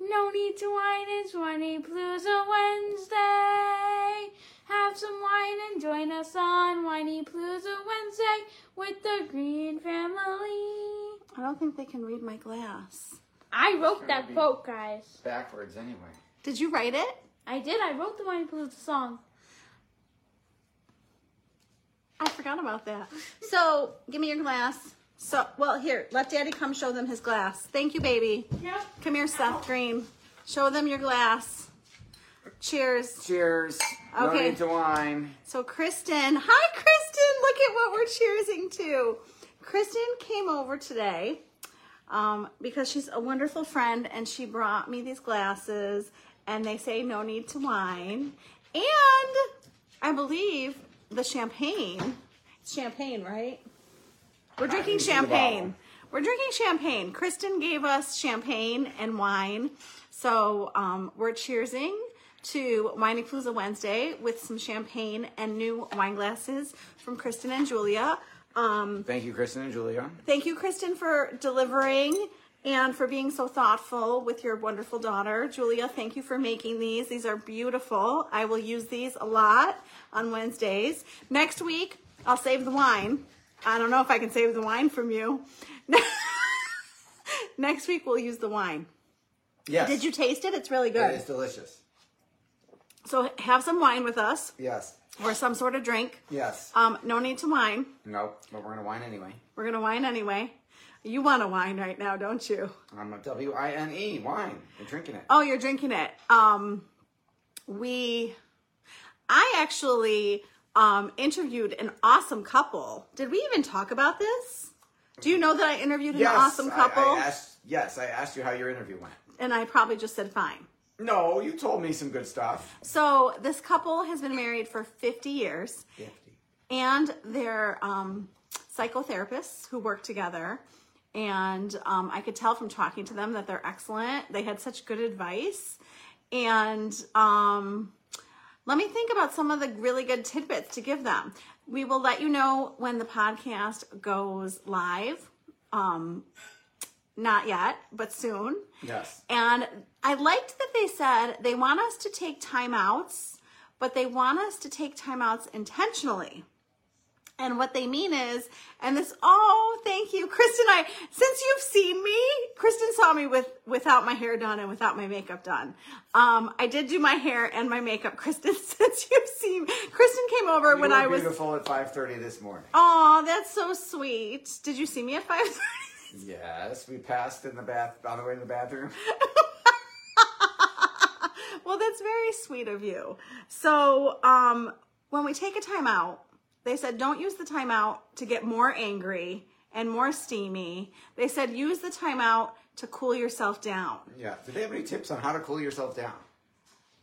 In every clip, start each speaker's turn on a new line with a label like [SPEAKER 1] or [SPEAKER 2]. [SPEAKER 1] No need to whine and whiny palooza Wednesday. Have some wine and join us on Whiny Palooza Wednesday with the Green family.
[SPEAKER 2] I don't think they can read my glass.
[SPEAKER 1] I wrote
[SPEAKER 3] Should
[SPEAKER 1] that
[SPEAKER 3] be.
[SPEAKER 1] quote, guys.
[SPEAKER 3] backwards anyway.
[SPEAKER 2] Did you write it?
[SPEAKER 1] I did. I wrote the Whiny Palooza song.
[SPEAKER 2] I forgot about that. So, give me your glass. So, well, here, let Daddy come show them his glass. Thank you, baby.
[SPEAKER 1] Yep.
[SPEAKER 2] Come here, Seth Green. Show them your glass. Cheers.
[SPEAKER 3] Cheers. No
[SPEAKER 2] Okay.
[SPEAKER 3] need to whine.
[SPEAKER 2] So, Kristen, hi, Kristen. Look at what we're cheersing to. Kristen came over today um, because she's a wonderful friend and she brought me these glasses and they say no need to wine. And I believe the champagne. It's champagne, right? We're drinking
[SPEAKER 3] Chinese in the
[SPEAKER 2] champagne.
[SPEAKER 3] bottle.
[SPEAKER 2] We're drinking champagne. Kristen gave us champagne and wine. So um, we're cheersing to Wine Palooza Wednesday with some champagne and new wine glasses from Kristen and Julia. Um,
[SPEAKER 3] Thank you, Kristen and Julia.
[SPEAKER 2] Thank you, Kristen, for delivering and for being so thoughtful with your wonderful daughter. Julia, thank you for making these. These are beautiful. I will use these a lot on Wednesdays. Next week, I'll save the wine. I don't know if I can save the wine from you. Next week, we'll use the wine.
[SPEAKER 3] Yes.
[SPEAKER 2] Did you taste it? It's really
[SPEAKER 3] It is
[SPEAKER 2] good.
[SPEAKER 3] delicious.
[SPEAKER 2] So have some wine with us
[SPEAKER 3] Yes.
[SPEAKER 2] or some sort of drink.
[SPEAKER 3] Yes.
[SPEAKER 2] Um, no need to wine.
[SPEAKER 3] no, but we're gonna whine anyway.
[SPEAKER 2] We're going to wine anyway. You want to wine right now, don't you?
[SPEAKER 3] I'm a W I N E wine. We're drinking it.
[SPEAKER 2] Oh, you're drinking it. Um, we, I actually um, interviewed an awesome couple. Did we even talk about this? Do you know that I interviewed an
[SPEAKER 3] yes.
[SPEAKER 2] awesome
[SPEAKER 3] I-
[SPEAKER 2] couple?
[SPEAKER 3] I, asked. Yes, I asked you how your interview went.
[SPEAKER 2] and I probably just said fine.
[SPEAKER 3] No, you told me some good stuff.
[SPEAKER 2] So this couple has been married for 50 years.
[SPEAKER 3] Fifty.
[SPEAKER 2] and their um, psychotherapists who work together. And um, I could tell from talking to them that they're excellent. They had such good advice. And um, let me think about some of the really good tidbits to give them. We will let you know when the podcast goes live. Um, not yet, but soon.
[SPEAKER 3] Yes.
[SPEAKER 2] And I liked that they said they want us to take timeouts, but they want us to take timeouts intentionally. And what they mean is, and this, oh, thank you, Kristen. I since you've seen me, Kristen saw me with without my hair done and without my makeup done. Um, I did do my hair and my makeup, Kristen. Since you've seen, Kristen came over
[SPEAKER 3] You
[SPEAKER 2] when
[SPEAKER 3] were
[SPEAKER 2] I was.
[SPEAKER 3] beautiful at five thirty this morning.
[SPEAKER 2] Oh, that's so sweet. Did you see me at five thirty?
[SPEAKER 3] Yes, we passed in the bath on the way to the bathroom.
[SPEAKER 2] Well, that's very sweet of you. So, um, when we take a timeout, they said don't use the timeout to get more angry and more steamy. They said use the timeout to cool yourself down.
[SPEAKER 3] Yeah. Did they have any tips on how to cool yourself down?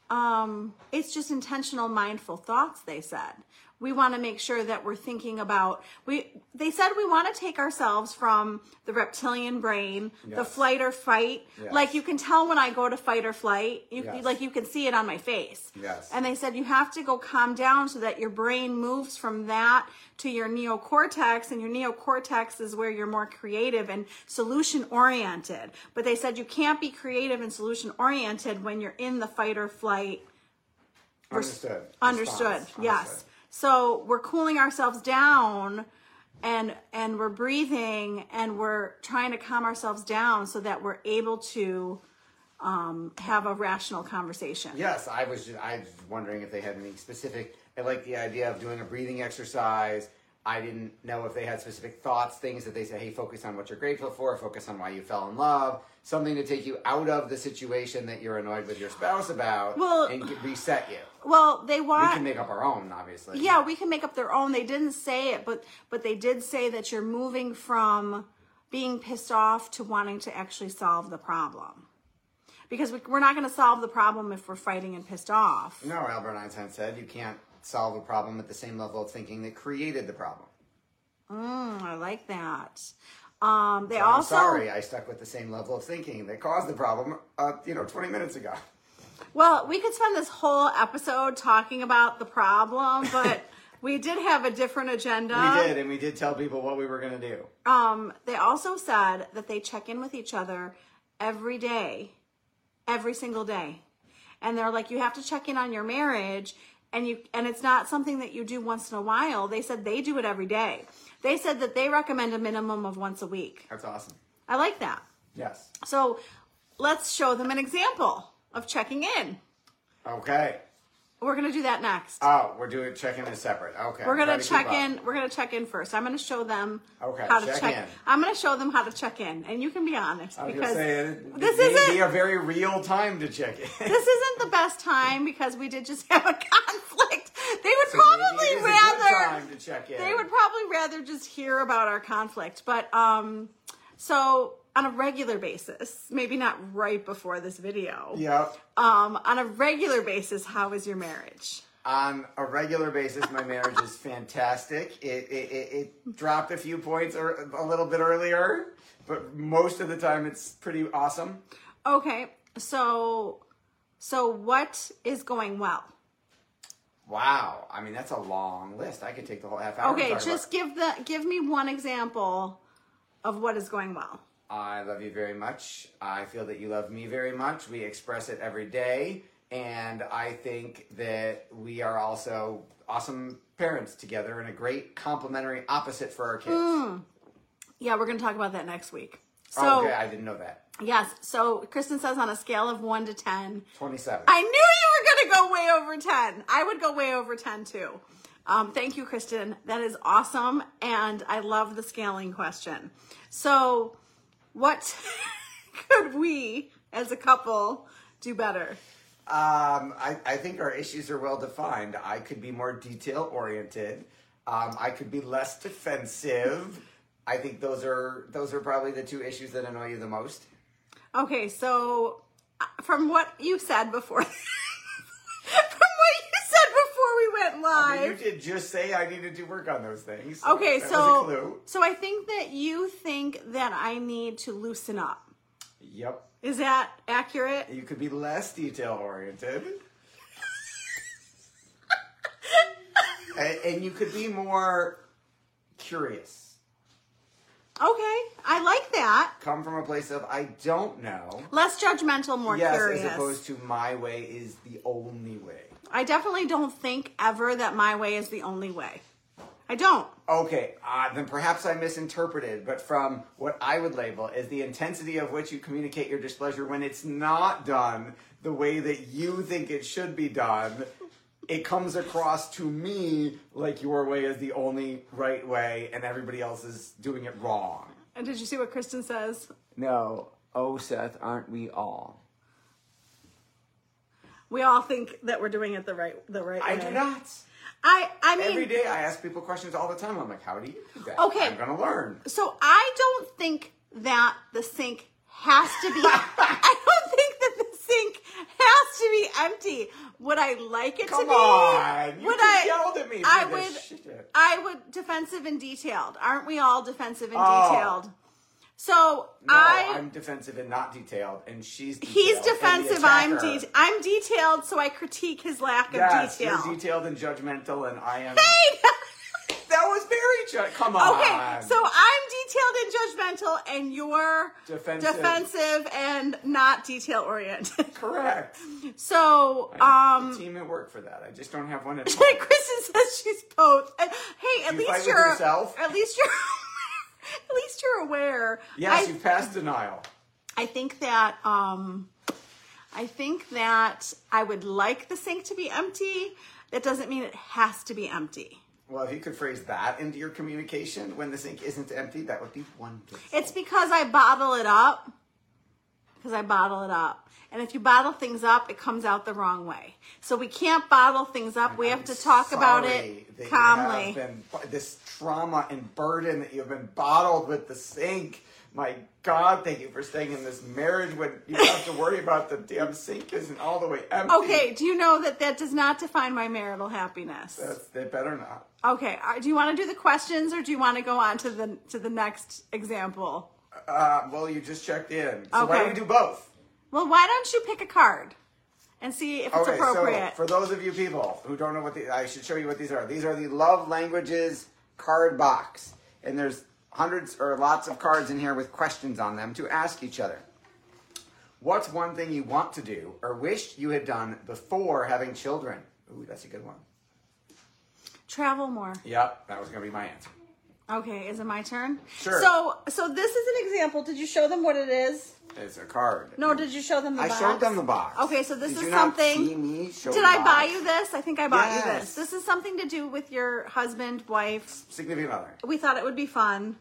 [SPEAKER 2] Um, it's just intentional, mindful thoughts, they said.
[SPEAKER 4] we want to make sure that we're thinking about we they said we want to take ourselves from the reptilian brain, the
[SPEAKER 3] Yes.
[SPEAKER 4] flight or fight.
[SPEAKER 3] Yes.
[SPEAKER 4] Like you can tell when I go to fight or flight, you
[SPEAKER 3] Yes.
[SPEAKER 4] like you can see it on my face.
[SPEAKER 3] Yes.
[SPEAKER 4] And they said you have to go calm down so that your brain moves from that to your neocortex and your neocortex is where you're more creative and solution oriented. But they said you can't be creative and solution oriented when you're in the fight or flight
[SPEAKER 3] Understood.
[SPEAKER 4] Understood.
[SPEAKER 3] Response.
[SPEAKER 4] Yes. So we're cooling ourselves down and and we're breathing and we're trying to calm ourselves down so that we're able to um, have a rational conversation.
[SPEAKER 3] Yes, I was. Just, I was wondering if they had any specific. I like the idea of doing a breathing exercise. I didn't know if they had specific thoughts, things that they say. Hey, focus on what you're grateful for. Focus on why you fell in love. Something to take you out of the situation that you're annoyed with your spouse about,
[SPEAKER 4] Well-
[SPEAKER 3] and get, reset you.
[SPEAKER 4] Well, they
[SPEAKER 3] We
[SPEAKER 4] want
[SPEAKER 3] can make up our own, obviously.
[SPEAKER 4] yeah, we can make up their own. They didn't say it, but but they did say that you're moving from being pissed off to wanting to actually solve the problem. Because we, we're not going to solve the problem if we're fighting and pissed off.
[SPEAKER 3] No, Albert Einstein said you can't solve a problem at the same level of thinking that created the problem.
[SPEAKER 4] Mm, I like that. Um, they
[SPEAKER 3] I'm
[SPEAKER 4] also
[SPEAKER 3] sorry, I stuck with the same level of thinking that caused the problem. Uh, you know, 20 minutes ago.
[SPEAKER 4] well, we could spend this whole episode talking about the problem, but we did have a different agenda.
[SPEAKER 3] we did, and we did tell people what we were going to do.
[SPEAKER 4] Um, they also said that they check in with each other every day, every single day, and they're like, you have to check in on your marriage, and you and it's not something that you do once in a while. They said they do it every day. They said that they recommend a minimum of once a week.
[SPEAKER 3] That's awesome.
[SPEAKER 4] I like that.
[SPEAKER 3] Yes.
[SPEAKER 4] So let's show them an example of checking in.
[SPEAKER 3] Okay.
[SPEAKER 4] We're gonna do that next.
[SPEAKER 3] Oh, we're doing check-in is separate. Okay.
[SPEAKER 4] we're
[SPEAKER 3] Try
[SPEAKER 4] gonna
[SPEAKER 3] to
[SPEAKER 4] check
[SPEAKER 3] keep up.
[SPEAKER 4] in. We're gonna check in first. I'm gonna show them
[SPEAKER 3] Okay,
[SPEAKER 4] how to check.
[SPEAKER 3] check in.
[SPEAKER 4] I'm gonna show them how to check in, and you can be honest
[SPEAKER 3] I was
[SPEAKER 4] because
[SPEAKER 3] just saying,
[SPEAKER 4] this
[SPEAKER 3] it may
[SPEAKER 4] isn't
[SPEAKER 3] be a very real time to check in.
[SPEAKER 4] this isn't the best time because we did just have a conflict. They would
[SPEAKER 3] So maybe
[SPEAKER 4] probably
[SPEAKER 3] it is a good
[SPEAKER 4] rather
[SPEAKER 3] time to check in.
[SPEAKER 4] they would probably rather just hear about our conflict, but um, so on a regular basis, maybe not right before this video.
[SPEAKER 3] Yep.
[SPEAKER 4] Um, on a regular basis, how is your marriage?
[SPEAKER 3] On a regular basis, my marriage is fantastic. It, it, it, it dropped a few points or a little bit earlier, but most of the time it's pretty awesome.
[SPEAKER 4] Okay, so so what is going well?
[SPEAKER 3] Wow. I mean, that's a long list. I could take the whole half hour. to
[SPEAKER 4] Okay,
[SPEAKER 3] talk about-
[SPEAKER 4] just give the give me one example of what is going well.
[SPEAKER 3] I love you very much. I feel that you love me very much. We express it every day. And I think that we are also awesome parents together and a great complementary opposite for our kids.
[SPEAKER 4] Yeah, we're gonna talk about that next week.
[SPEAKER 3] oh,
[SPEAKER 4] Mm, So
[SPEAKER 3] okay, I didn't know that.
[SPEAKER 4] yes, so Kristen says on a scale of one to ten,
[SPEAKER 3] 27.
[SPEAKER 4] I knew you were gonna go way over ten. I would go way over ten too. Um, thank you, Kristen. That is awesome, and I love the scaling question. So, what could we as a couple do better?
[SPEAKER 3] Um, I, I think our issues are well defined. I could be more detail oriented. Um, I could be less defensive. I think those are those are probably the two issues that annoy you the most.
[SPEAKER 4] Okay, so uh, from what you said before, from what you said before we went
[SPEAKER 3] You
[SPEAKER 4] live.
[SPEAKER 3] did just say I needed to work on those things.
[SPEAKER 4] Okay,
[SPEAKER 3] That was a
[SPEAKER 4] so
[SPEAKER 3] clue.
[SPEAKER 4] so I think that you think that I need to loosen up.
[SPEAKER 3] Yep.
[SPEAKER 4] Is that accurate?
[SPEAKER 3] You could be less detail oriented. and, and you could be more curious.
[SPEAKER 4] Okay, I like that.
[SPEAKER 3] Come from a place of I don't know.
[SPEAKER 4] Less judgmental, more
[SPEAKER 3] yes,
[SPEAKER 4] curious.
[SPEAKER 3] as opposed to my way is the only way.
[SPEAKER 4] I definitely don't think ever that my way is the only way. I don't.
[SPEAKER 3] Okay, uh, then perhaps I misinterpreted, but from what I would label as the intensity of which you communicate your displeasure when it's not done the way that you think it should be done, it comes across to me like your way is the only right way and everybody else is doing it wrong.
[SPEAKER 4] And did you see what Kristen says?
[SPEAKER 3] No, oh Seth, aren't we all?
[SPEAKER 4] We all think that we're doing it the right the right
[SPEAKER 3] I
[SPEAKER 4] way.
[SPEAKER 3] do not.
[SPEAKER 4] I I mean
[SPEAKER 3] Every day I ask people questions all the time. I'm like, how do you do that?
[SPEAKER 4] Okay.
[SPEAKER 3] I'm gonna learn.
[SPEAKER 4] So I don't think that the sink has to be. I don't think that the sink has wants to be empty. Would I like it to
[SPEAKER 3] Come
[SPEAKER 4] be?
[SPEAKER 3] on. You
[SPEAKER 4] would
[SPEAKER 3] just
[SPEAKER 4] I?
[SPEAKER 3] yelled at me. for
[SPEAKER 4] I
[SPEAKER 3] this
[SPEAKER 4] would.
[SPEAKER 3] shit.
[SPEAKER 4] I would defensive and detailed. Aren't we all defensive and
[SPEAKER 3] Oh.
[SPEAKER 4] detailed? So
[SPEAKER 3] No,
[SPEAKER 4] I.
[SPEAKER 3] I'm defensive and not detailed, and she's detailed
[SPEAKER 4] he's
[SPEAKER 3] and the
[SPEAKER 4] defensive. I'm
[SPEAKER 3] attacker.
[SPEAKER 4] de- I'm detailed, so I critique his lack of
[SPEAKER 3] Yes,
[SPEAKER 4] detail.
[SPEAKER 3] you're detailed and judgmental, and I am. That was very ju- come on.
[SPEAKER 4] Okay, so I'm detailed and judgmental, and you're
[SPEAKER 3] Defensive.
[SPEAKER 4] defensive and not detail oriented.
[SPEAKER 3] correct.
[SPEAKER 4] So,
[SPEAKER 3] I need
[SPEAKER 4] um,
[SPEAKER 3] a team at work for that. I just don't have one at home.
[SPEAKER 4] Kristen says she's both. And, hey, at
[SPEAKER 3] You fight
[SPEAKER 4] least
[SPEAKER 3] with
[SPEAKER 4] you're
[SPEAKER 3] yourself?
[SPEAKER 4] at least you're at least you're aware.
[SPEAKER 3] Yes,
[SPEAKER 4] I,
[SPEAKER 3] you passed denial.
[SPEAKER 4] I think that um, I think that I would like the sink to be empty. That doesn't mean it has to be empty.
[SPEAKER 3] Well, if you could phrase that into your communication when the sink isn't empty, that would be wonderful.
[SPEAKER 4] It's because I bottle it up. Because I bottle it up. And if you bottle things up, it comes out the wrong way. So we can't bottle things up. we have
[SPEAKER 3] I'm
[SPEAKER 4] to talk about
[SPEAKER 3] sorry that
[SPEAKER 4] it
[SPEAKER 3] you
[SPEAKER 4] calmly.
[SPEAKER 3] have been- this trauma and burden that you've been bottled with the sink. My God, thank you for staying in this marriage when you have to worry about the damn sink isn't all the way empty.
[SPEAKER 4] Okay, do you know that that does not define my marital happiness?
[SPEAKER 3] That's, they better not.
[SPEAKER 4] Okay, are- do you want to do the questions or do you want to go on to the to the next example?
[SPEAKER 3] Uh, well, you just checked in. So why
[SPEAKER 4] Okay.
[SPEAKER 3] don't we do both?
[SPEAKER 4] Well, why don't you pick a card and see if it's
[SPEAKER 3] Okay, so
[SPEAKER 4] appropriate?
[SPEAKER 3] for those of you people who don't know what the, I should show you what these are. These are the love languages card box, and there's hundreds or lots of cards in here with questions on them to ask each other. What's one thing you want to do or wished you had done before having children? Ooh, that's a good one.
[SPEAKER 4] Travel more.
[SPEAKER 3] Yep, that was gonna be my answer.
[SPEAKER 4] Okay, is it my turn?
[SPEAKER 3] Sure.
[SPEAKER 4] So so this is an example. Did you show them what it is?
[SPEAKER 3] It's a card.
[SPEAKER 4] No, did you show them the
[SPEAKER 3] I
[SPEAKER 4] box?
[SPEAKER 3] showed them the box.
[SPEAKER 4] Okay, so this
[SPEAKER 3] Did
[SPEAKER 4] is
[SPEAKER 3] you not
[SPEAKER 4] something.
[SPEAKER 3] see me show
[SPEAKER 4] Did
[SPEAKER 3] the
[SPEAKER 4] I buy
[SPEAKER 3] box?
[SPEAKER 4] you this? I think I bought you
[SPEAKER 3] Yes.
[SPEAKER 4] this. This is something to do with your husband, wife.
[SPEAKER 3] Significant other.
[SPEAKER 4] We thought it would be fun.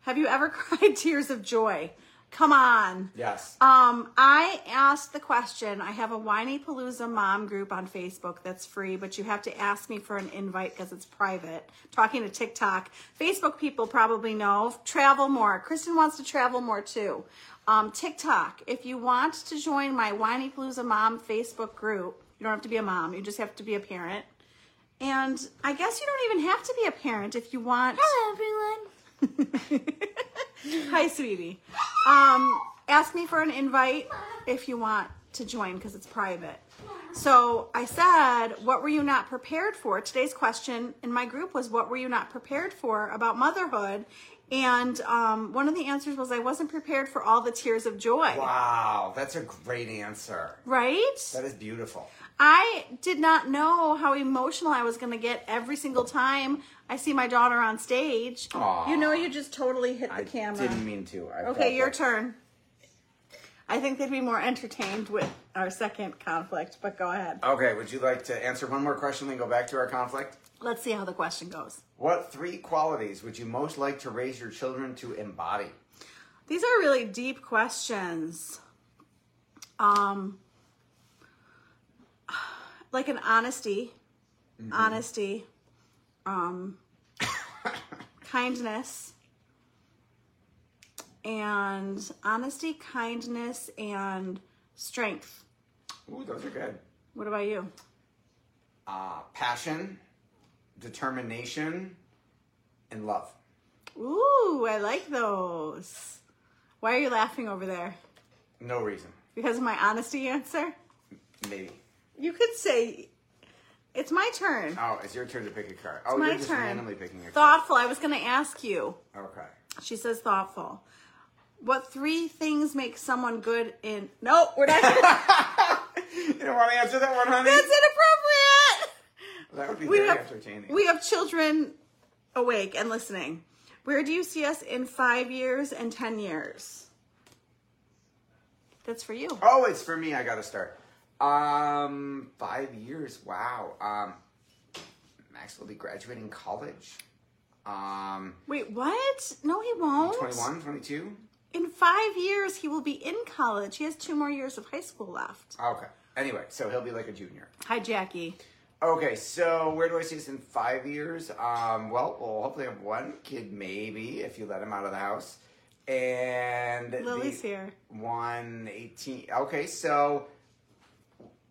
[SPEAKER 4] Have you ever cried tears of joy? Come on.
[SPEAKER 3] Yes.
[SPEAKER 4] Um, I asked the question. I have a Whiny Palooza mom group on Facebook that's free, but you have to ask me for an invite because it's private. Talking to TikTok, Facebook people probably know. Travel more. Kristen wants to travel more too. Um, TikTok. If you want to join my Whiny Palooza mom Facebook group, you don't have to be a mom. You just have to be a parent. And I guess you don't even have to be a parent if you want.
[SPEAKER 1] Hello, everyone.
[SPEAKER 4] Hi, sweetie. Um, ask me for an invite if you want to join because it's private. So I said, What were you not prepared for? Today's question in my group was, What were you not prepared for about motherhood? And um, one of the answers was, I wasn't prepared for all the tears of joy.
[SPEAKER 3] Wow, that's a great answer.
[SPEAKER 4] Right?
[SPEAKER 3] That is beautiful.
[SPEAKER 4] I did not know how emotional I was going to get every single time I see my daughter on stage.
[SPEAKER 3] Aw.
[SPEAKER 4] You know, you just totally hit the
[SPEAKER 3] I
[SPEAKER 4] camera.
[SPEAKER 3] didn't mean to. I felt
[SPEAKER 4] Okay, your
[SPEAKER 3] it.
[SPEAKER 4] turn. I think they'd be more entertained with our second conflict, but go ahead.
[SPEAKER 3] Okay, would you like to answer one more question and go back to our conflict?
[SPEAKER 4] Let's see how the question goes.
[SPEAKER 3] What three qualities would you most like to raise your children to embody?
[SPEAKER 4] These are really deep questions. Um like an honesty, Mm-hmm. honesty, um kindness and honesty, kindness and strength.
[SPEAKER 3] Ooh, those are good.
[SPEAKER 4] What about you?
[SPEAKER 3] Uh, passion, determination, and love.
[SPEAKER 4] Ooh, I like those. Why are you laughing over there?
[SPEAKER 3] No reason.
[SPEAKER 4] Because of my honesty answer?
[SPEAKER 3] Maybe.
[SPEAKER 4] You could say, it's my turn.
[SPEAKER 3] Oh, it's your turn to pick a card. Oh,
[SPEAKER 4] my
[SPEAKER 3] you're just
[SPEAKER 4] turn.
[SPEAKER 3] randomly picking a card.
[SPEAKER 4] Thoughtful. I was going to ask you.
[SPEAKER 3] Okay.
[SPEAKER 4] She says thoughtful. What three things make someone good in. No, we're not.
[SPEAKER 3] You don't want to answer that one, honey?
[SPEAKER 4] That's inappropriate.
[SPEAKER 3] that would be
[SPEAKER 4] We
[SPEAKER 3] very
[SPEAKER 4] have,
[SPEAKER 3] entertaining.
[SPEAKER 4] we have children awake and listening. Where do you see us in five years and 10 years? That's for you.
[SPEAKER 3] Oh, it's for me. I gotta start. Um, five years. Wow. Um, Max will be graduating college. Um,
[SPEAKER 4] Wait, what? No, he won't.
[SPEAKER 3] 21, 22.
[SPEAKER 4] In five years, he will be in college. He has two more years of high school left.
[SPEAKER 3] Ah, Okay. Anyway, so he'll be like a junior.
[SPEAKER 4] Hi, Jackie.
[SPEAKER 3] Okay, so where do I see this in five years? Um, well, we'll hopefully have one kid, maybe, if you let him out of the house. And
[SPEAKER 4] Lily's
[SPEAKER 3] the
[SPEAKER 4] here.
[SPEAKER 3] One eighteen. Okay, so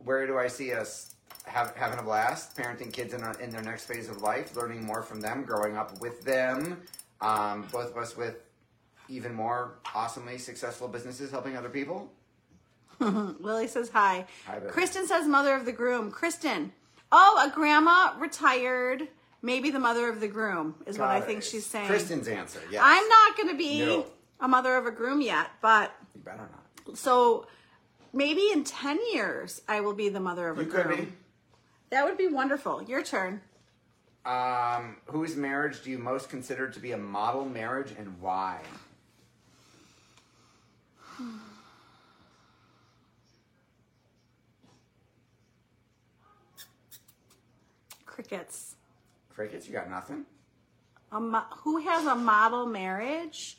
[SPEAKER 3] where do I see us have, having a blast, parenting kids in, our, in their next phase of life, learning more from them, growing up with them, um, both of us with even more awesomely successful businesses helping other people.
[SPEAKER 4] Lily says hi.
[SPEAKER 3] Hi, Lily.
[SPEAKER 4] Kristen says mother of the groom. Kristen. Oh, a grandma retired. Maybe the mother of the groom is what I
[SPEAKER 3] Got
[SPEAKER 4] think
[SPEAKER 3] it.
[SPEAKER 4] she's saying.
[SPEAKER 3] Kristen's answer, yes.
[SPEAKER 4] I'm not going to be
[SPEAKER 3] No.
[SPEAKER 4] a mother of a groom yet, but
[SPEAKER 3] You better not.
[SPEAKER 4] so maybe in 10 years I will be the mother of a
[SPEAKER 3] You
[SPEAKER 4] groom.
[SPEAKER 3] could be.
[SPEAKER 4] That would be wonderful. Your turn.
[SPEAKER 3] Um, whose marriage do you most consider to be a model marriage and why?
[SPEAKER 4] Crickets.
[SPEAKER 3] Crickets, you got nothing.
[SPEAKER 4] A mo- who has a model marriage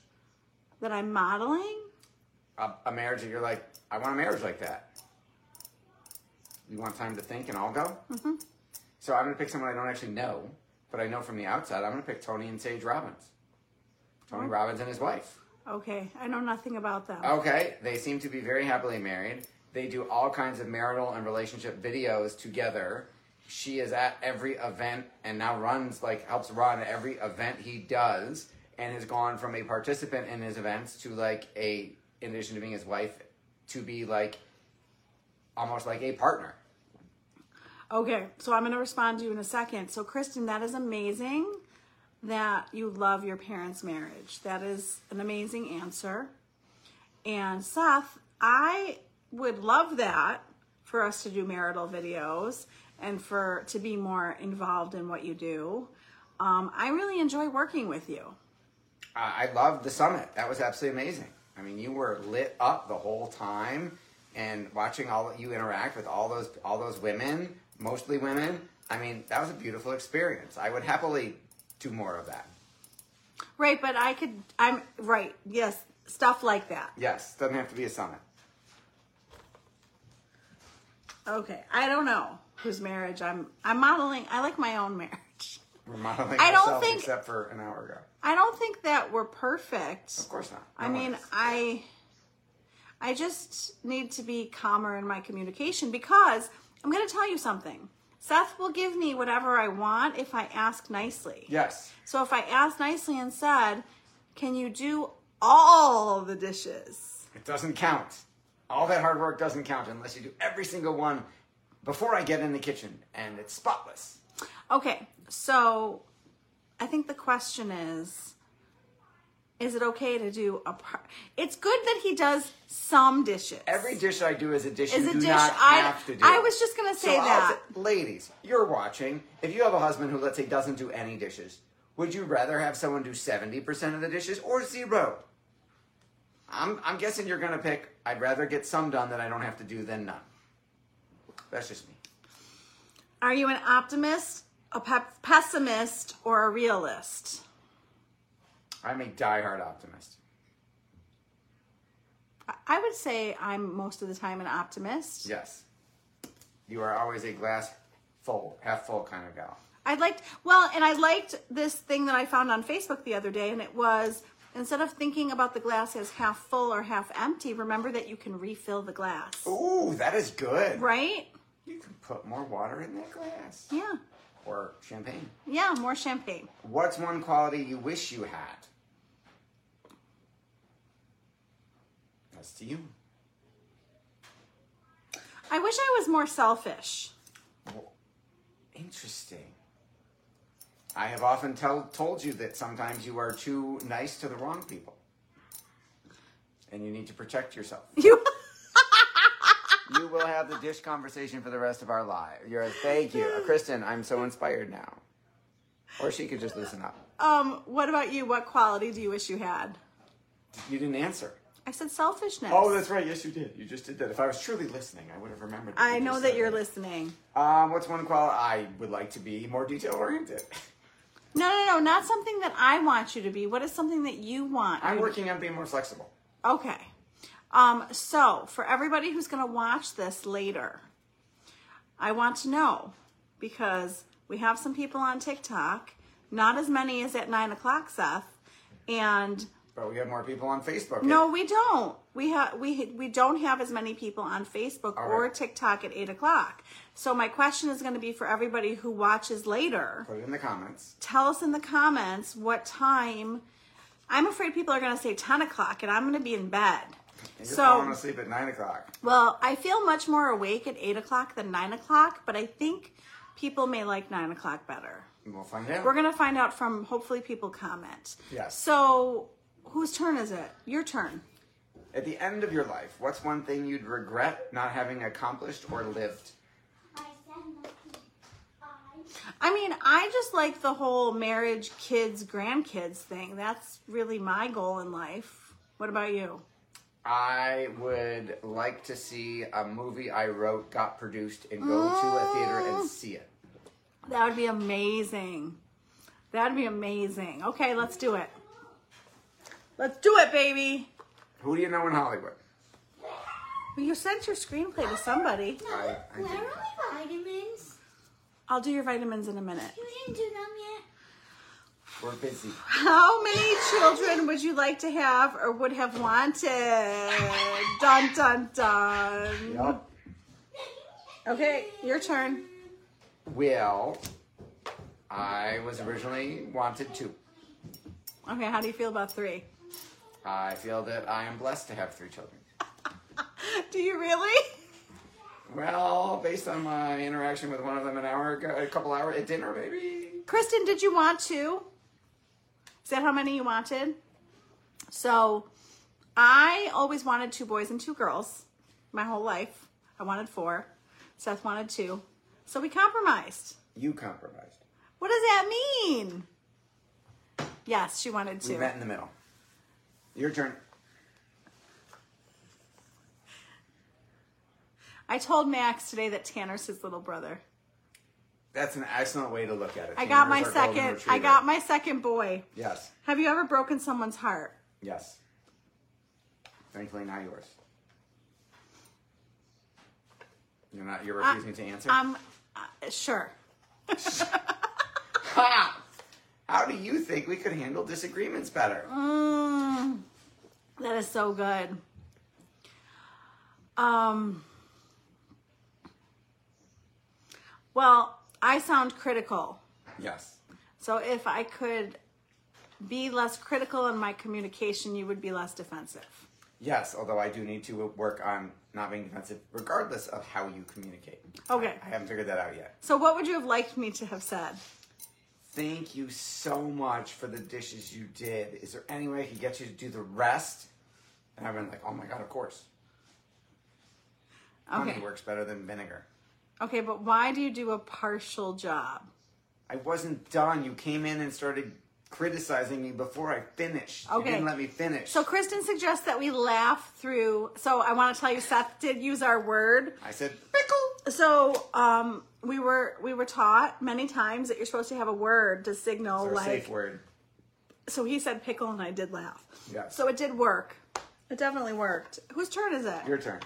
[SPEAKER 4] that I'm modeling?
[SPEAKER 3] A, a marriage that you're like, I want a marriage like that. You want time to think and I'll go? Mm-hmm. So I'm going to pick someone I don't actually know, but I know from the outside. I'm going to pick Tony and Sage Robbins. Tony Robbins and his wife.
[SPEAKER 4] Okay, I know nothing about them.
[SPEAKER 3] Okay, they seem to be very happily married. They do all kinds of marital and relationship videos together. She is at every event and now runs, like, helps run every event he does and has gone from a participant in his events to, like, a, in addition to being his wife, to be, like, almost like a partner.
[SPEAKER 4] Okay, so I'm going to respond to you in a second. So, Kristen, that is amazing that you love your parents' marriage. That is an amazing answer. And, Seth, I would love that for us to do marital videos and for to be more involved in what you do. Um, I really enjoy working with you.
[SPEAKER 3] I I loved the summit. That was absolutely amazing. I mean, you were lit up the whole time, and watching all you interact with all those all those women, mostly women. I mean, that was a beautiful experience. I would happily do more of that.
[SPEAKER 4] Right, but I could, I'm right, yes, stuff like that.
[SPEAKER 3] Yes, doesn't have to be a summit.
[SPEAKER 4] Okay, I don't know whose marriage I'm, I'm modeling, I like my own marriage.
[SPEAKER 3] We're modeling
[SPEAKER 4] I don't
[SPEAKER 3] ourselves
[SPEAKER 4] think-
[SPEAKER 3] except for an hour ago.
[SPEAKER 4] I don't think that we're perfect.
[SPEAKER 3] Of course not.
[SPEAKER 4] I
[SPEAKER 3] No
[SPEAKER 4] mean,
[SPEAKER 3] one is.
[SPEAKER 4] I I just need to be calmer in my communication because I'm going to tell you something. Seth will give me whatever I want if I ask nicely.
[SPEAKER 3] yes,
[SPEAKER 4] So if I asked nicely and said, "Can you do all the dishes?"
[SPEAKER 3] it doesn't count. All that hard work doesn't count unless you do every single one before I get in the kitchen and it's spotless.
[SPEAKER 4] Okay. So I think the question is is it okay to do a par- It's good that he does some dishes.
[SPEAKER 3] Every dish I do is a dish
[SPEAKER 4] Is
[SPEAKER 3] you
[SPEAKER 4] a
[SPEAKER 3] do
[SPEAKER 4] dish.
[SPEAKER 3] not
[SPEAKER 4] I-
[SPEAKER 3] have to do.
[SPEAKER 4] I was just gonna say
[SPEAKER 3] I'll
[SPEAKER 4] that.
[SPEAKER 3] say- ladies, you're watching. If you have a husband who, let's say, doesn't do any dishes, would you rather have someone do 70% of the dishes or zero? I'm, I'm guessing you're going to pick, I'd rather get some done that I don't have to do than none. That's just me.
[SPEAKER 4] Are you an optimist, a pep- pessimist, or a realist?
[SPEAKER 3] I'm a diehard optimist.
[SPEAKER 4] I- I would say I'm most of the time an optimist.
[SPEAKER 3] Yes. You are always a glass full, half full kind of gal.
[SPEAKER 4] I liked well, and I liked this thing that I found on Facebook the other day, and it was instead of thinking about the glass as half full or half empty, remember that you can refill the glass.
[SPEAKER 3] Ooh, that is good.
[SPEAKER 4] Right?
[SPEAKER 3] You can put more water in that glass
[SPEAKER 4] Yeah.
[SPEAKER 3] or champagne.
[SPEAKER 4] Yeah, more champagne.
[SPEAKER 3] What's one quality you wish you had? That's to you.
[SPEAKER 4] I wish I was more selfish.
[SPEAKER 3] Well, interesting. I have often tell, told you that sometimes you are too nice to the wrong people. And you need to protect yourself.
[SPEAKER 4] You
[SPEAKER 3] you will have the dish conversation for the rest of our lives. You're thank you. Uh, Kristen, I'm so inspired now. Or she could just listen up.
[SPEAKER 4] um what about you? What quality do you wish you had?
[SPEAKER 3] You didn't answer.
[SPEAKER 4] I said selfishness.
[SPEAKER 3] Oh, that's right. Yes, you did. You just did that. If I was truly listening, I would have remembered.
[SPEAKER 4] I
[SPEAKER 3] you
[SPEAKER 4] know
[SPEAKER 3] just
[SPEAKER 4] that
[SPEAKER 3] said
[SPEAKER 4] you're listening.
[SPEAKER 3] Um, what's one quality I would like to be more detail oriented?
[SPEAKER 4] No, no, no, not something that I want you to be. What is something that you want?
[SPEAKER 3] I'm working on being more flexible.
[SPEAKER 4] Okay. Um, so, for everybody who's going to watch this later, I want to know because we have some people on TikTok, not as many as at nine o'clock, Seth, and
[SPEAKER 3] But we have more people on Facebook.
[SPEAKER 4] No, we don't. We have we we don't have as many people on Facebook
[SPEAKER 3] All
[SPEAKER 4] or
[SPEAKER 3] right.
[SPEAKER 4] TikTok at eight o'clock. So my question is going to be for everybody who watches later.
[SPEAKER 3] Put it in the comments.
[SPEAKER 4] Tell us in the comments what time. I'm afraid people are going to say ten o'clock, and I'm going to be in bed.
[SPEAKER 3] And you're falling
[SPEAKER 4] So
[SPEAKER 3] asleep at nine o'clock.
[SPEAKER 4] well, I feel much more awake at eight o'clock than nine o'clock, but I think people may like nine o'clock better.
[SPEAKER 3] And We'll find out.
[SPEAKER 4] We're gonna find out from hopefully people comment.
[SPEAKER 3] Yes.
[SPEAKER 4] So whose turn is it? Your turn.
[SPEAKER 3] At the end of your life, what's one thing you'd regret not having accomplished or lived?
[SPEAKER 4] I mean, I just like the whole marriage, kids, grandkids thing. That's really my goal in life. What about you?
[SPEAKER 3] I would like to see a movie I wrote got produced and go to a theater
[SPEAKER 4] Mm.
[SPEAKER 3] and see it.
[SPEAKER 4] That would be amazing. That'd be amazing. Okay, let's do it. Let's do it, baby.
[SPEAKER 3] Who do you know in Hollywood?
[SPEAKER 4] Well, you sent your screenplay to somebody.
[SPEAKER 3] I, I
[SPEAKER 5] Where
[SPEAKER 3] did.
[SPEAKER 5] are my vitamins?
[SPEAKER 4] I'll do your vitamins in a minute.
[SPEAKER 5] You didn't do them yet.
[SPEAKER 3] We're busy.
[SPEAKER 4] How many children would you like to have or would have wanted? Dun dun dun.
[SPEAKER 3] Yep.
[SPEAKER 4] Okay, your turn.
[SPEAKER 3] Well, I was originally wanted to.
[SPEAKER 4] Okay, how do you feel about three?
[SPEAKER 3] I feel that I am blessed to have three children.
[SPEAKER 4] Do you really?
[SPEAKER 3] Well, based on my interaction with one of them an hour ago, a couple hours at dinner, maybe.
[SPEAKER 4] Kristen, did you want two? Is that how many you wanted? So I always wanted two boys and two girls my whole life. I wanted four. Seth wanted two. So we compromised.
[SPEAKER 3] You compromised.
[SPEAKER 4] What does that mean? Yes, she wanted
[SPEAKER 3] We
[SPEAKER 4] two.
[SPEAKER 3] met in the middle. Your turn.
[SPEAKER 4] I told Max today that Tanner's his little brother.
[SPEAKER 3] That's an excellent way to look at it.
[SPEAKER 4] I got my
[SPEAKER 3] Tanner's our golden
[SPEAKER 4] second. I
[SPEAKER 3] retriever.
[SPEAKER 4] got my second boy.
[SPEAKER 3] Yes.
[SPEAKER 4] Have you ever broken someone's heart?
[SPEAKER 3] Yes. Thankfully, not yours. You're not. You're refusing to answer.
[SPEAKER 4] Um, uh, sure.
[SPEAKER 3] Ha! How do you think we could handle disagreements better?
[SPEAKER 4] Mm, that is so good. Um, well, I sound critical.
[SPEAKER 3] Yes.
[SPEAKER 4] So if I could be less critical in my communication, you would be less defensive.
[SPEAKER 3] Yes. Although I do need to work on not being defensive, regardless of how you communicate.
[SPEAKER 4] Okay.
[SPEAKER 3] I haven't figured that out yet.
[SPEAKER 4] So what would you have liked me to have said?
[SPEAKER 3] Thank you so much for the dishes you did. Is there any way I could get you to do the rest? And I've been like, oh my god, of course. Honey
[SPEAKER 4] Okay.
[SPEAKER 3] works better than vinegar.
[SPEAKER 4] Okay, but why do you do a partial job?
[SPEAKER 3] I wasn't done. You came in and started criticizing me before I finished.
[SPEAKER 4] Okay.
[SPEAKER 3] You didn't let me finish.
[SPEAKER 4] So Kristen suggests that we laugh through. So I want to tell you, Seth did use our word.
[SPEAKER 3] I said, pickle.
[SPEAKER 4] So um, we were we were taught many times that you're supposed to have a word to signal
[SPEAKER 3] Our
[SPEAKER 4] like.
[SPEAKER 3] safe word.
[SPEAKER 4] So he said pickle, and I did laugh.
[SPEAKER 3] Yes.
[SPEAKER 4] So it did work. It definitely worked. Whose turn is it?
[SPEAKER 3] Your turn.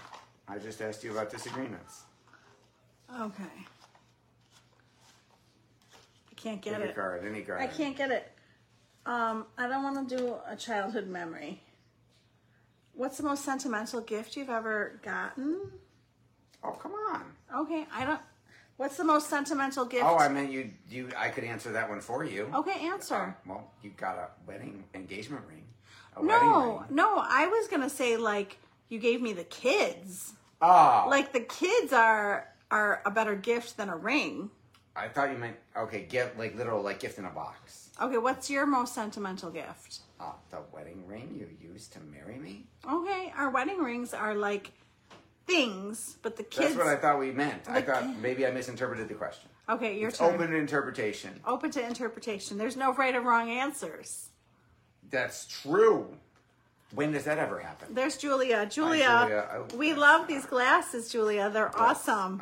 [SPEAKER 3] I just asked you about disagreements.
[SPEAKER 4] okay. I can't get
[SPEAKER 3] Any
[SPEAKER 4] it.
[SPEAKER 3] card, any card.
[SPEAKER 4] I can't get it. Um, I don't want to do a childhood memory. What's the most sentimental gift you've ever gotten?
[SPEAKER 3] Oh come on.
[SPEAKER 4] Okay, I don't. What's the most sentimental gift?
[SPEAKER 3] Oh, I meant you. You. I could answer that one for you.
[SPEAKER 4] okay, answer.
[SPEAKER 3] Well, you got a wedding engagement ring. A wedding
[SPEAKER 4] No,
[SPEAKER 3] ring.
[SPEAKER 4] no, I was gonna say like you gave me the kids.
[SPEAKER 3] Oh,
[SPEAKER 4] Like the kids are are a better gift than a ring.
[SPEAKER 3] I thought you meant okay. Gift like literal like gift in a box.
[SPEAKER 4] Okay, what's your most sentimental gift?
[SPEAKER 3] Oh, the wedding ring you used to marry me.
[SPEAKER 4] Okay, our wedding rings are like things, but the kids.
[SPEAKER 3] That's what I thought we meant. I thought maybe I misinterpreted the question.
[SPEAKER 4] okay, your
[SPEAKER 3] It's
[SPEAKER 4] turn.
[SPEAKER 3] open to interpretation.
[SPEAKER 4] open to interpretation. There's no right or wrong answers.
[SPEAKER 3] That's true. When does that ever happen?
[SPEAKER 4] There's Julia. Julia,
[SPEAKER 3] Julia. Oh,
[SPEAKER 4] we
[SPEAKER 3] yes.
[SPEAKER 4] love these glasses, Julia. They're
[SPEAKER 3] Um,
[SPEAKER 4] awesome.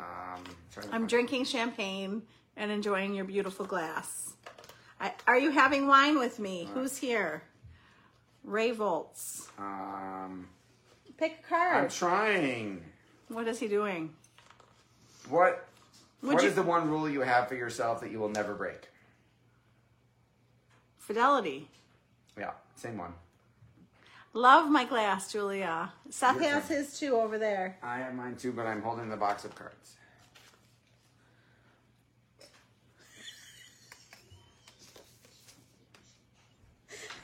[SPEAKER 3] trying to
[SPEAKER 4] I'm
[SPEAKER 3] find-
[SPEAKER 4] drinking champagne and enjoying your beautiful glass. I, are you having wine with me? Who's here? Ray Volts.
[SPEAKER 3] Um,
[SPEAKER 4] Pick a
[SPEAKER 3] I'm
[SPEAKER 4] card.
[SPEAKER 3] trying.
[SPEAKER 4] what is he doing?
[SPEAKER 3] What?
[SPEAKER 4] Would
[SPEAKER 3] What is
[SPEAKER 4] you
[SPEAKER 3] the one rule you have for yourself that you will never break?
[SPEAKER 4] fidelity?
[SPEAKER 3] Yeah, same one.
[SPEAKER 4] Love my glass, Julia. Seth
[SPEAKER 3] Your
[SPEAKER 4] has
[SPEAKER 3] turn.
[SPEAKER 4] his too over there.
[SPEAKER 3] I have mine too, but I'm holding the box of cards.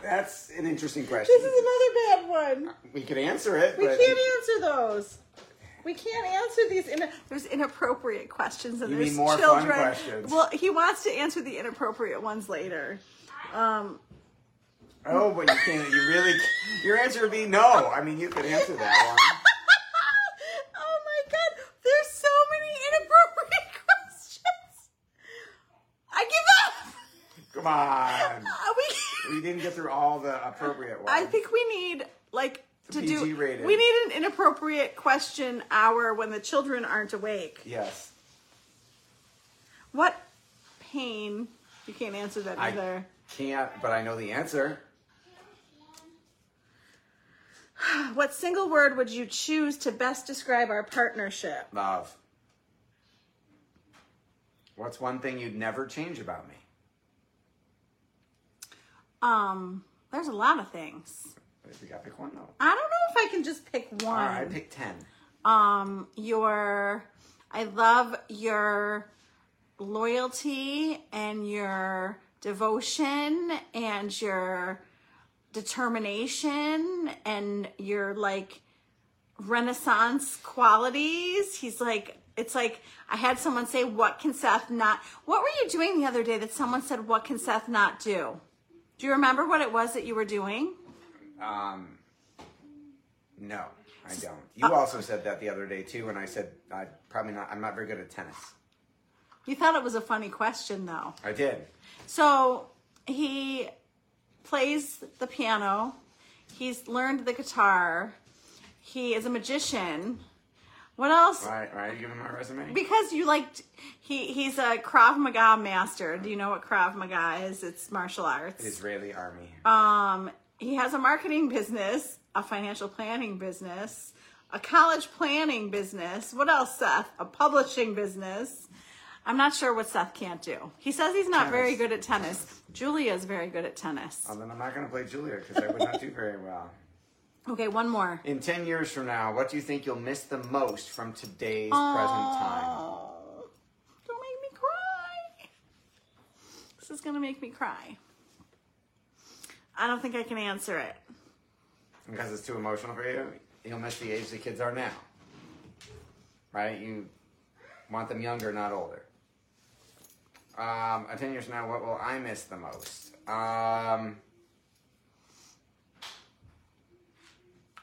[SPEAKER 3] That's an interesting question.
[SPEAKER 4] This is another bad one.
[SPEAKER 3] we could answer it,
[SPEAKER 4] We
[SPEAKER 3] but
[SPEAKER 4] can't answer those. We can't answer these. In- there's inappropriate questions and
[SPEAKER 3] You mean
[SPEAKER 4] there's
[SPEAKER 3] more fun
[SPEAKER 4] children.
[SPEAKER 3] questions.
[SPEAKER 4] Well, he wants to answer the inappropriate ones later. Um,
[SPEAKER 3] oh, but you can't. You really, your answer would be no. I mean, you could answer that one.
[SPEAKER 4] oh my god, there's so many inappropriate questions. I give up.
[SPEAKER 3] Come on,
[SPEAKER 4] Uh, we-
[SPEAKER 3] we didn't get through all the appropriate ones.
[SPEAKER 4] I think we need like to
[SPEAKER 3] PG
[SPEAKER 4] do.
[SPEAKER 3] rated.
[SPEAKER 4] We need an inappropriate question hour when the children aren't awake.
[SPEAKER 3] yes.
[SPEAKER 4] What pain? You can't answer that
[SPEAKER 3] I-
[SPEAKER 4] either.
[SPEAKER 3] Can't, but I know the answer.
[SPEAKER 4] What single word would you choose to best describe our partnership?
[SPEAKER 3] Love. What's one thing you'd never change about me?
[SPEAKER 4] Um, there's a lot of things.
[SPEAKER 3] We got to pick one though.
[SPEAKER 4] I don't know if I can just pick one.
[SPEAKER 3] All right, I picked ten.
[SPEAKER 4] um, your, I love your loyalty and your devotion and your determination and your like renaissance qualities. He's like, it's like I had someone say, "What can Seth not?" What were you doing the other day that someone said, "What can Seth not do?" Do you remember what it was that you were doing?
[SPEAKER 3] Um, no, I don't. You also said that the other day too, and I said I probably not. I'm not very good at tennis.
[SPEAKER 4] You thought it was a funny question, though.
[SPEAKER 3] I did.
[SPEAKER 4] So he plays the piano. He's learned the guitar. He is a magician. What else?
[SPEAKER 3] Why? Why are you giving my resume?
[SPEAKER 4] Because you liked he he's a Krav Maga master. Do you know what Krav Maga is? It's martial arts.
[SPEAKER 3] Israeli army.
[SPEAKER 4] Um, he has a marketing business, a financial planning business, a college planning business. What else, Seth? A publishing business. I'm not sure what Seth can't do. He says he's not very
[SPEAKER 3] Tennis.
[SPEAKER 4] good at tennis. Julia is very good at tennis.
[SPEAKER 3] well, then I'm not going to play Julia because I would not do very well.
[SPEAKER 4] Okay, one more.
[SPEAKER 3] In ten years from now, what do you think you'll miss the most from today's present time?
[SPEAKER 4] Oh, don't make me cry. This is gonna make me cry. I don't think I can answer it.
[SPEAKER 3] Because it's too emotional for you. You'll miss the age the kids are now. Right? You want them younger, not older. Um, uh, ten years from now, what will I miss the most? Um,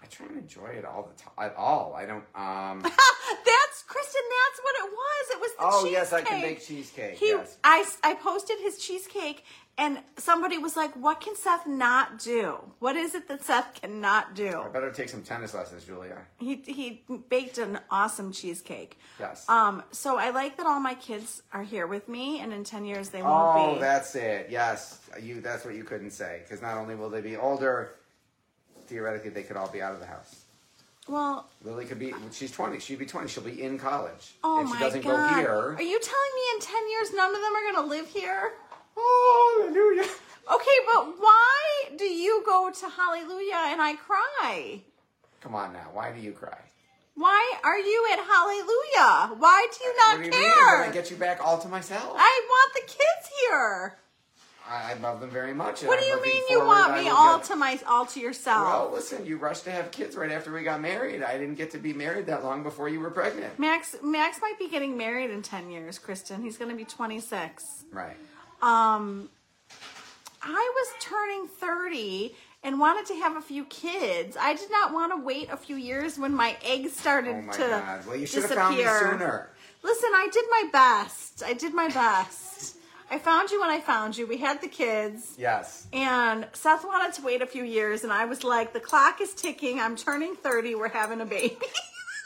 [SPEAKER 3] I try and enjoy it all the time. At all, I don't. Um,
[SPEAKER 4] That's Kristen. That's what it was. It was the
[SPEAKER 3] oh
[SPEAKER 4] cheesecake.
[SPEAKER 3] yes, I can make cheesecake.
[SPEAKER 4] He,
[SPEAKER 3] yes.
[SPEAKER 4] I, I posted his cheesecake, and somebody was like, "What can Seth not do? What is it that Seth cannot do?"
[SPEAKER 3] I better take some tennis lessons, Julia.
[SPEAKER 4] He he baked an awesome cheesecake.
[SPEAKER 3] Yes.
[SPEAKER 4] Um. So I like that all my kids are here with me, and in ten years they won't
[SPEAKER 3] Oh,
[SPEAKER 4] be.
[SPEAKER 3] that's it. Yes, you. That's what you couldn't say because not only will they be older, theoretically they could all be out of the house.
[SPEAKER 4] well,
[SPEAKER 3] Lily could be. She's twenty. She'd be twenty. She'll be in college
[SPEAKER 4] oh
[SPEAKER 3] if
[SPEAKER 4] my
[SPEAKER 3] she doesn't
[SPEAKER 4] god.
[SPEAKER 3] go here.
[SPEAKER 4] Are you telling me in ten years none of them are going to live here?
[SPEAKER 3] oh, hallelujah!
[SPEAKER 4] Okay, but why do you go to Hallelujah and I cry?
[SPEAKER 3] Come on now. Why do you cry?
[SPEAKER 4] Why are you at Hallelujah? Why do you
[SPEAKER 3] what
[SPEAKER 4] not
[SPEAKER 3] do you mean?
[SPEAKER 4] care?
[SPEAKER 3] When I get you back all to myself, I,
[SPEAKER 4] I want the kids here.
[SPEAKER 3] I love them very much. and
[SPEAKER 4] What do
[SPEAKER 3] I'm
[SPEAKER 4] you
[SPEAKER 3] looking
[SPEAKER 4] mean you
[SPEAKER 3] forward-
[SPEAKER 4] want
[SPEAKER 3] I
[SPEAKER 4] me
[SPEAKER 3] will
[SPEAKER 4] all
[SPEAKER 3] get-
[SPEAKER 4] to my all to yourself?
[SPEAKER 3] Well, listen. You rushed to have kids right after we got married. I didn't get to be married that long before you were pregnant.
[SPEAKER 4] Max Max might be getting married in 10 years, Kristen. He's going to be 26.
[SPEAKER 3] Right.
[SPEAKER 4] Um I was turning 30 and wanted to have a few kids. I did not want to wait a few years when my eggs started
[SPEAKER 3] Oh my
[SPEAKER 4] to
[SPEAKER 3] God. Well, you should have
[SPEAKER 4] disappear.
[SPEAKER 3] found me sooner.
[SPEAKER 4] Listen, I did my best. I did my best. I found you when I found you. We had the kids.
[SPEAKER 3] Yes.
[SPEAKER 4] And Seth wanted to wait a few years, and I was like, the clock is ticking. I'm turning 30. We're having a baby.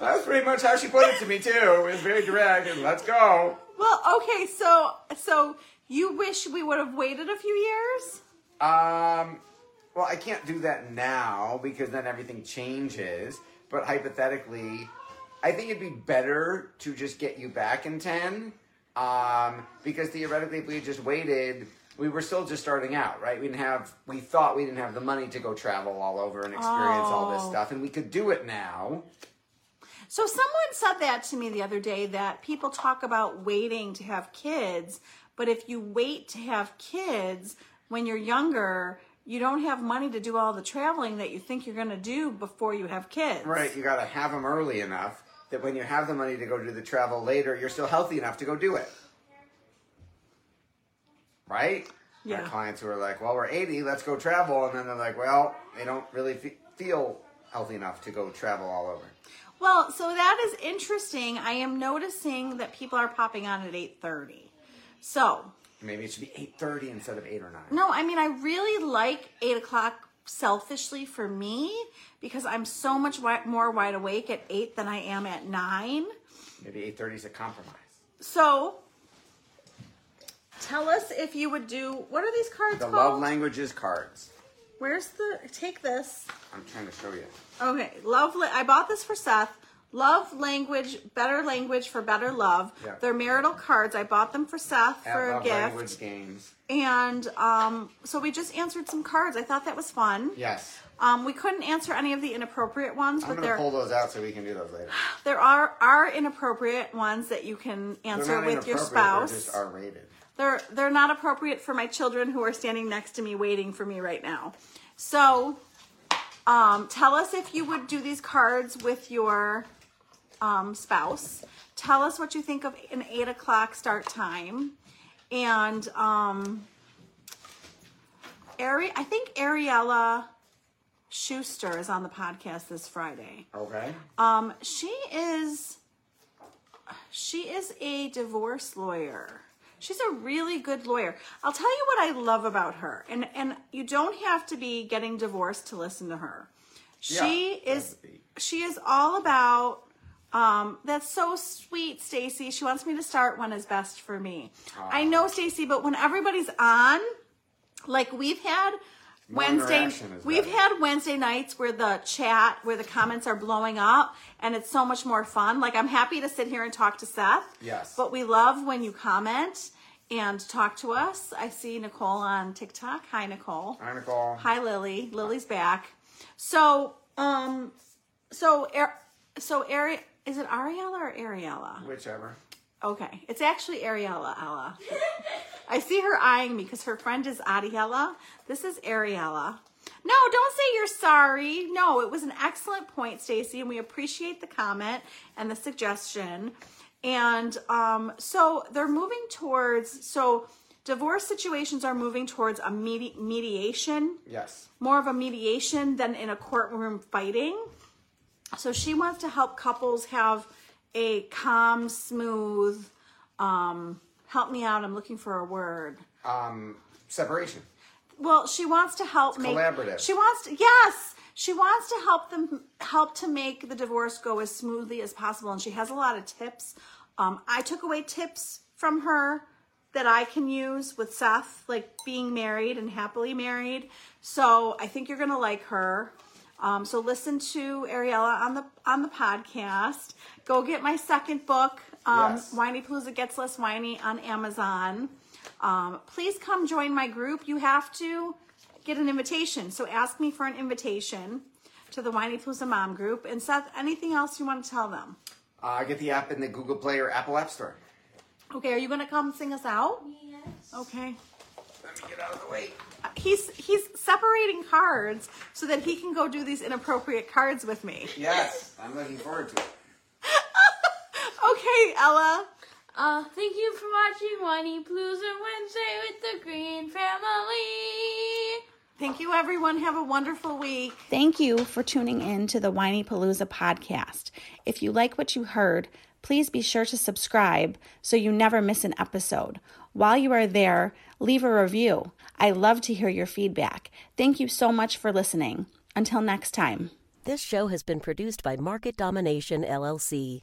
[SPEAKER 3] That's pretty much how she put it to me too. It was very direct and let's go.
[SPEAKER 4] well, okay, so so you wish we would have waited a few years?
[SPEAKER 3] Um, well, I can't do that now because then everything changes. But hypothetically, I think it'd be better to just get you back in ten. Um, because theoretically, if we had just waited, we were still just starting out, right? We didn't have, we thought we didn't have the money to go travel all over and experience all this
[SPEAKER 4] Oh.
[SPEAKER 3] stuff, and we could do it now.
[SPEAKER 4] So someone said that to me the other day that people talk about waiting to have kids, but if you wait to have kids when you're younger, you don't have money to do all the traveling that you think you're going to do before you have kids.
[SPEAKER 3] Right, you got to have them early enough that when you have the money to go do the travel later, you're still healthy enough to go do it. Right? Our
[SPEAKER 4] Yeah.
[SPEAKER 3] clients who are like, well, we're 80, let's go travel. And then they're like, well, they don't really fe- feel healthy enough to go travel all over.
[SPEAKER 4] Well, so that is interesting. I am noticing that people are popping on at 8:30. So,
[SPEAKER 3] Maybe it should be 8.30 instead of 8 or 9.
[SPEAKER 4] No, I mean, I really like eight o'clock selfishly for me because I'm so much wi- more wide awake at eight than I am at nine.
[SPEAKER 3] Maybe 8.30 is a compromise.
[SPEAKER 4] So tell us if you would do what are these cards
[SPEAKER 3] The
[SPEAKER 4] called?
[SPEAKER 3] love languages cards.
[SPEAKER 4] Where's the take this?
[SPEAKER 3] I'm trying to show you.
[SPEAKER 4] Okay, love. la- I bought this for Seth. Love language, better language for better love.
[SPEAKER 3] Yeah.
[SPEAKER 4] They're marital cards. I bought them for Seth
[SPEAKER 3] At
[SPEAKER 4] for a
[SPEAKER 3] love
[SPEAKER 4] gift.
[SPEAKER 3] language games.
[SPEAKER 4] And um, so we just answered some cards. I thought that was fun.
[SPEAKER 3] Yes.
[SPEAKER 4] Um, we couldn't answer any of the inappropriate ones,
[SPEAKER 3] I'm
[SPEAKER 4] but
[SPEAKER 3] going to
[SPEAKER 4] there
[SPEAKER 3] pull those out so we can do those later.
[SPEAKER 4] there are are inappropriate ones that you can
[SPEAKER 3] They're
[SPEAKER 4] answer
[SPEAKER 3] not
[SPEAKER 4] with
[SPEAKER 3] inappropriate, They're
[SPEAKER 4] your spouse.
[SPEAKER 3] just R-rated.
[SPEAKER 4] They're they're not appropriate for my children who are standing next to me waiting for me right now. So, um, tell us if you would do these cards with your um, spouse. Tell us what you think of an eight o'clock start time, and um, Ari. I think Ariella Schuster is on the podcast this Friday.
[SPEAKER 3] Okay.
[SPEAKER 4] Um, she is she is a divorce lawyer. She's a really good lawyer. I'll tell you what I love about her, and and you don't have to be getting divorced to listen to her. She
[SPEAKER 3] Yeah,
[SPEAKER 4] is
[SPEAKER 3] that'd be-
[SPEAKER 4] she is all about. Um, that's so sweet, Stacy. She wants me to start one is best for me.
[SPEAKER 3] Ah.
[SPEAKER 4] I know, Stacy, but when everybody's on, like we've had Wednesday,
[SPEAKER 3] interaction is
[SPEAKER 4] we've
[SPEAKER 3] better.
[SPEAKER 4] had Wednesday nights where the chat, where the comments are blowing up, and it's so much more fun. Like I'm happy to sit here and talk to Seth.
[SPEAKER 3] Yes.
[SPEAKER 4] But we love when you comment and talk to us. I see Nicole on TikTok. Hi, Nicole.
[SPEAKER 3] Hi, Nicole.
[SPEAKER 4] Hi, Lily. Lily's back. So, um, so, Ar- so Ari, is it Ariella or Ariella?
[SPEAKER 3] Whichever.
[SPEAKER 4] Okay, it's actually Ariella. Ella. I see her eyeing me because her friend is Adiella. This is Ariella. No, don't say you're sorry. No, it was an excellent point, Stacy, and we appreciate the comment and the suggestion. And um, so they're moving towards so divorce situations are moving towards a medi- mediation
[SPEAKER 3] Yes.
[SPEAKER 4] more of a mediation than in a courtroom fighting. So she wants to help couples have a calm, smooth, um, help me out, I'm looking for a word.
[SPEAKER 3] Um, separation.
[SPEAKER 4] Well, she wants to help make
[SPEAKER 3] collaborative.
[SPEAKER 4] She wants to yes, she wants to help them help to make the divorce go as smoothly as possible and she has a lot of tips. Um, I took away tips from her that I can use with Seth, like being married and happily married. So I think you're gonna like her. Um, so listen to Ariella on the on the podcast. Go get my second book, um,
[SPEAKER 3] Yes.
[SPEAKER 4] Whiny Palooza Gets Less Whiny on Amazon. Um, please come join my group. You have to get an invitation. So ask me for an invitation to the Whiny Palooza Mom group. And Seth, anything else you want to tell them?
[SPEAKER 3] Uh, get the app in the Google Play or Apple App Store.
[SPEAKER 4] Okay, are you going to come sing us out?
[SPEAKER 6] Yes.
[SPEAKER 4] Okay.
[SPEAKER 3] Let me get out of the way.
[SPEAKER 4] He's he's separating cards so that he can go do these inappropriate cards with me.
[SPEAKER 3] Yes, I'm looking forward to it.
[SPEAKER 4] Okay, Ella.
[SPEAKER 1] Uh, thank you for watching Whiny Palooza Wednesday with the Green Family.
[SPEAKER 4] Thank you, everyone. Have a wonderful week.
[SPEAKER 2] Thank you for tuning in to the Whiny Palooza podcast. If you like what you heard, please be sure to subscribe so you never miss an episode. While you are there, leave a review. I love to hear your feedback. Thank you so much for listening. Until next time.
[SPEAKER 7] This show has been produced by Market Domination LLC.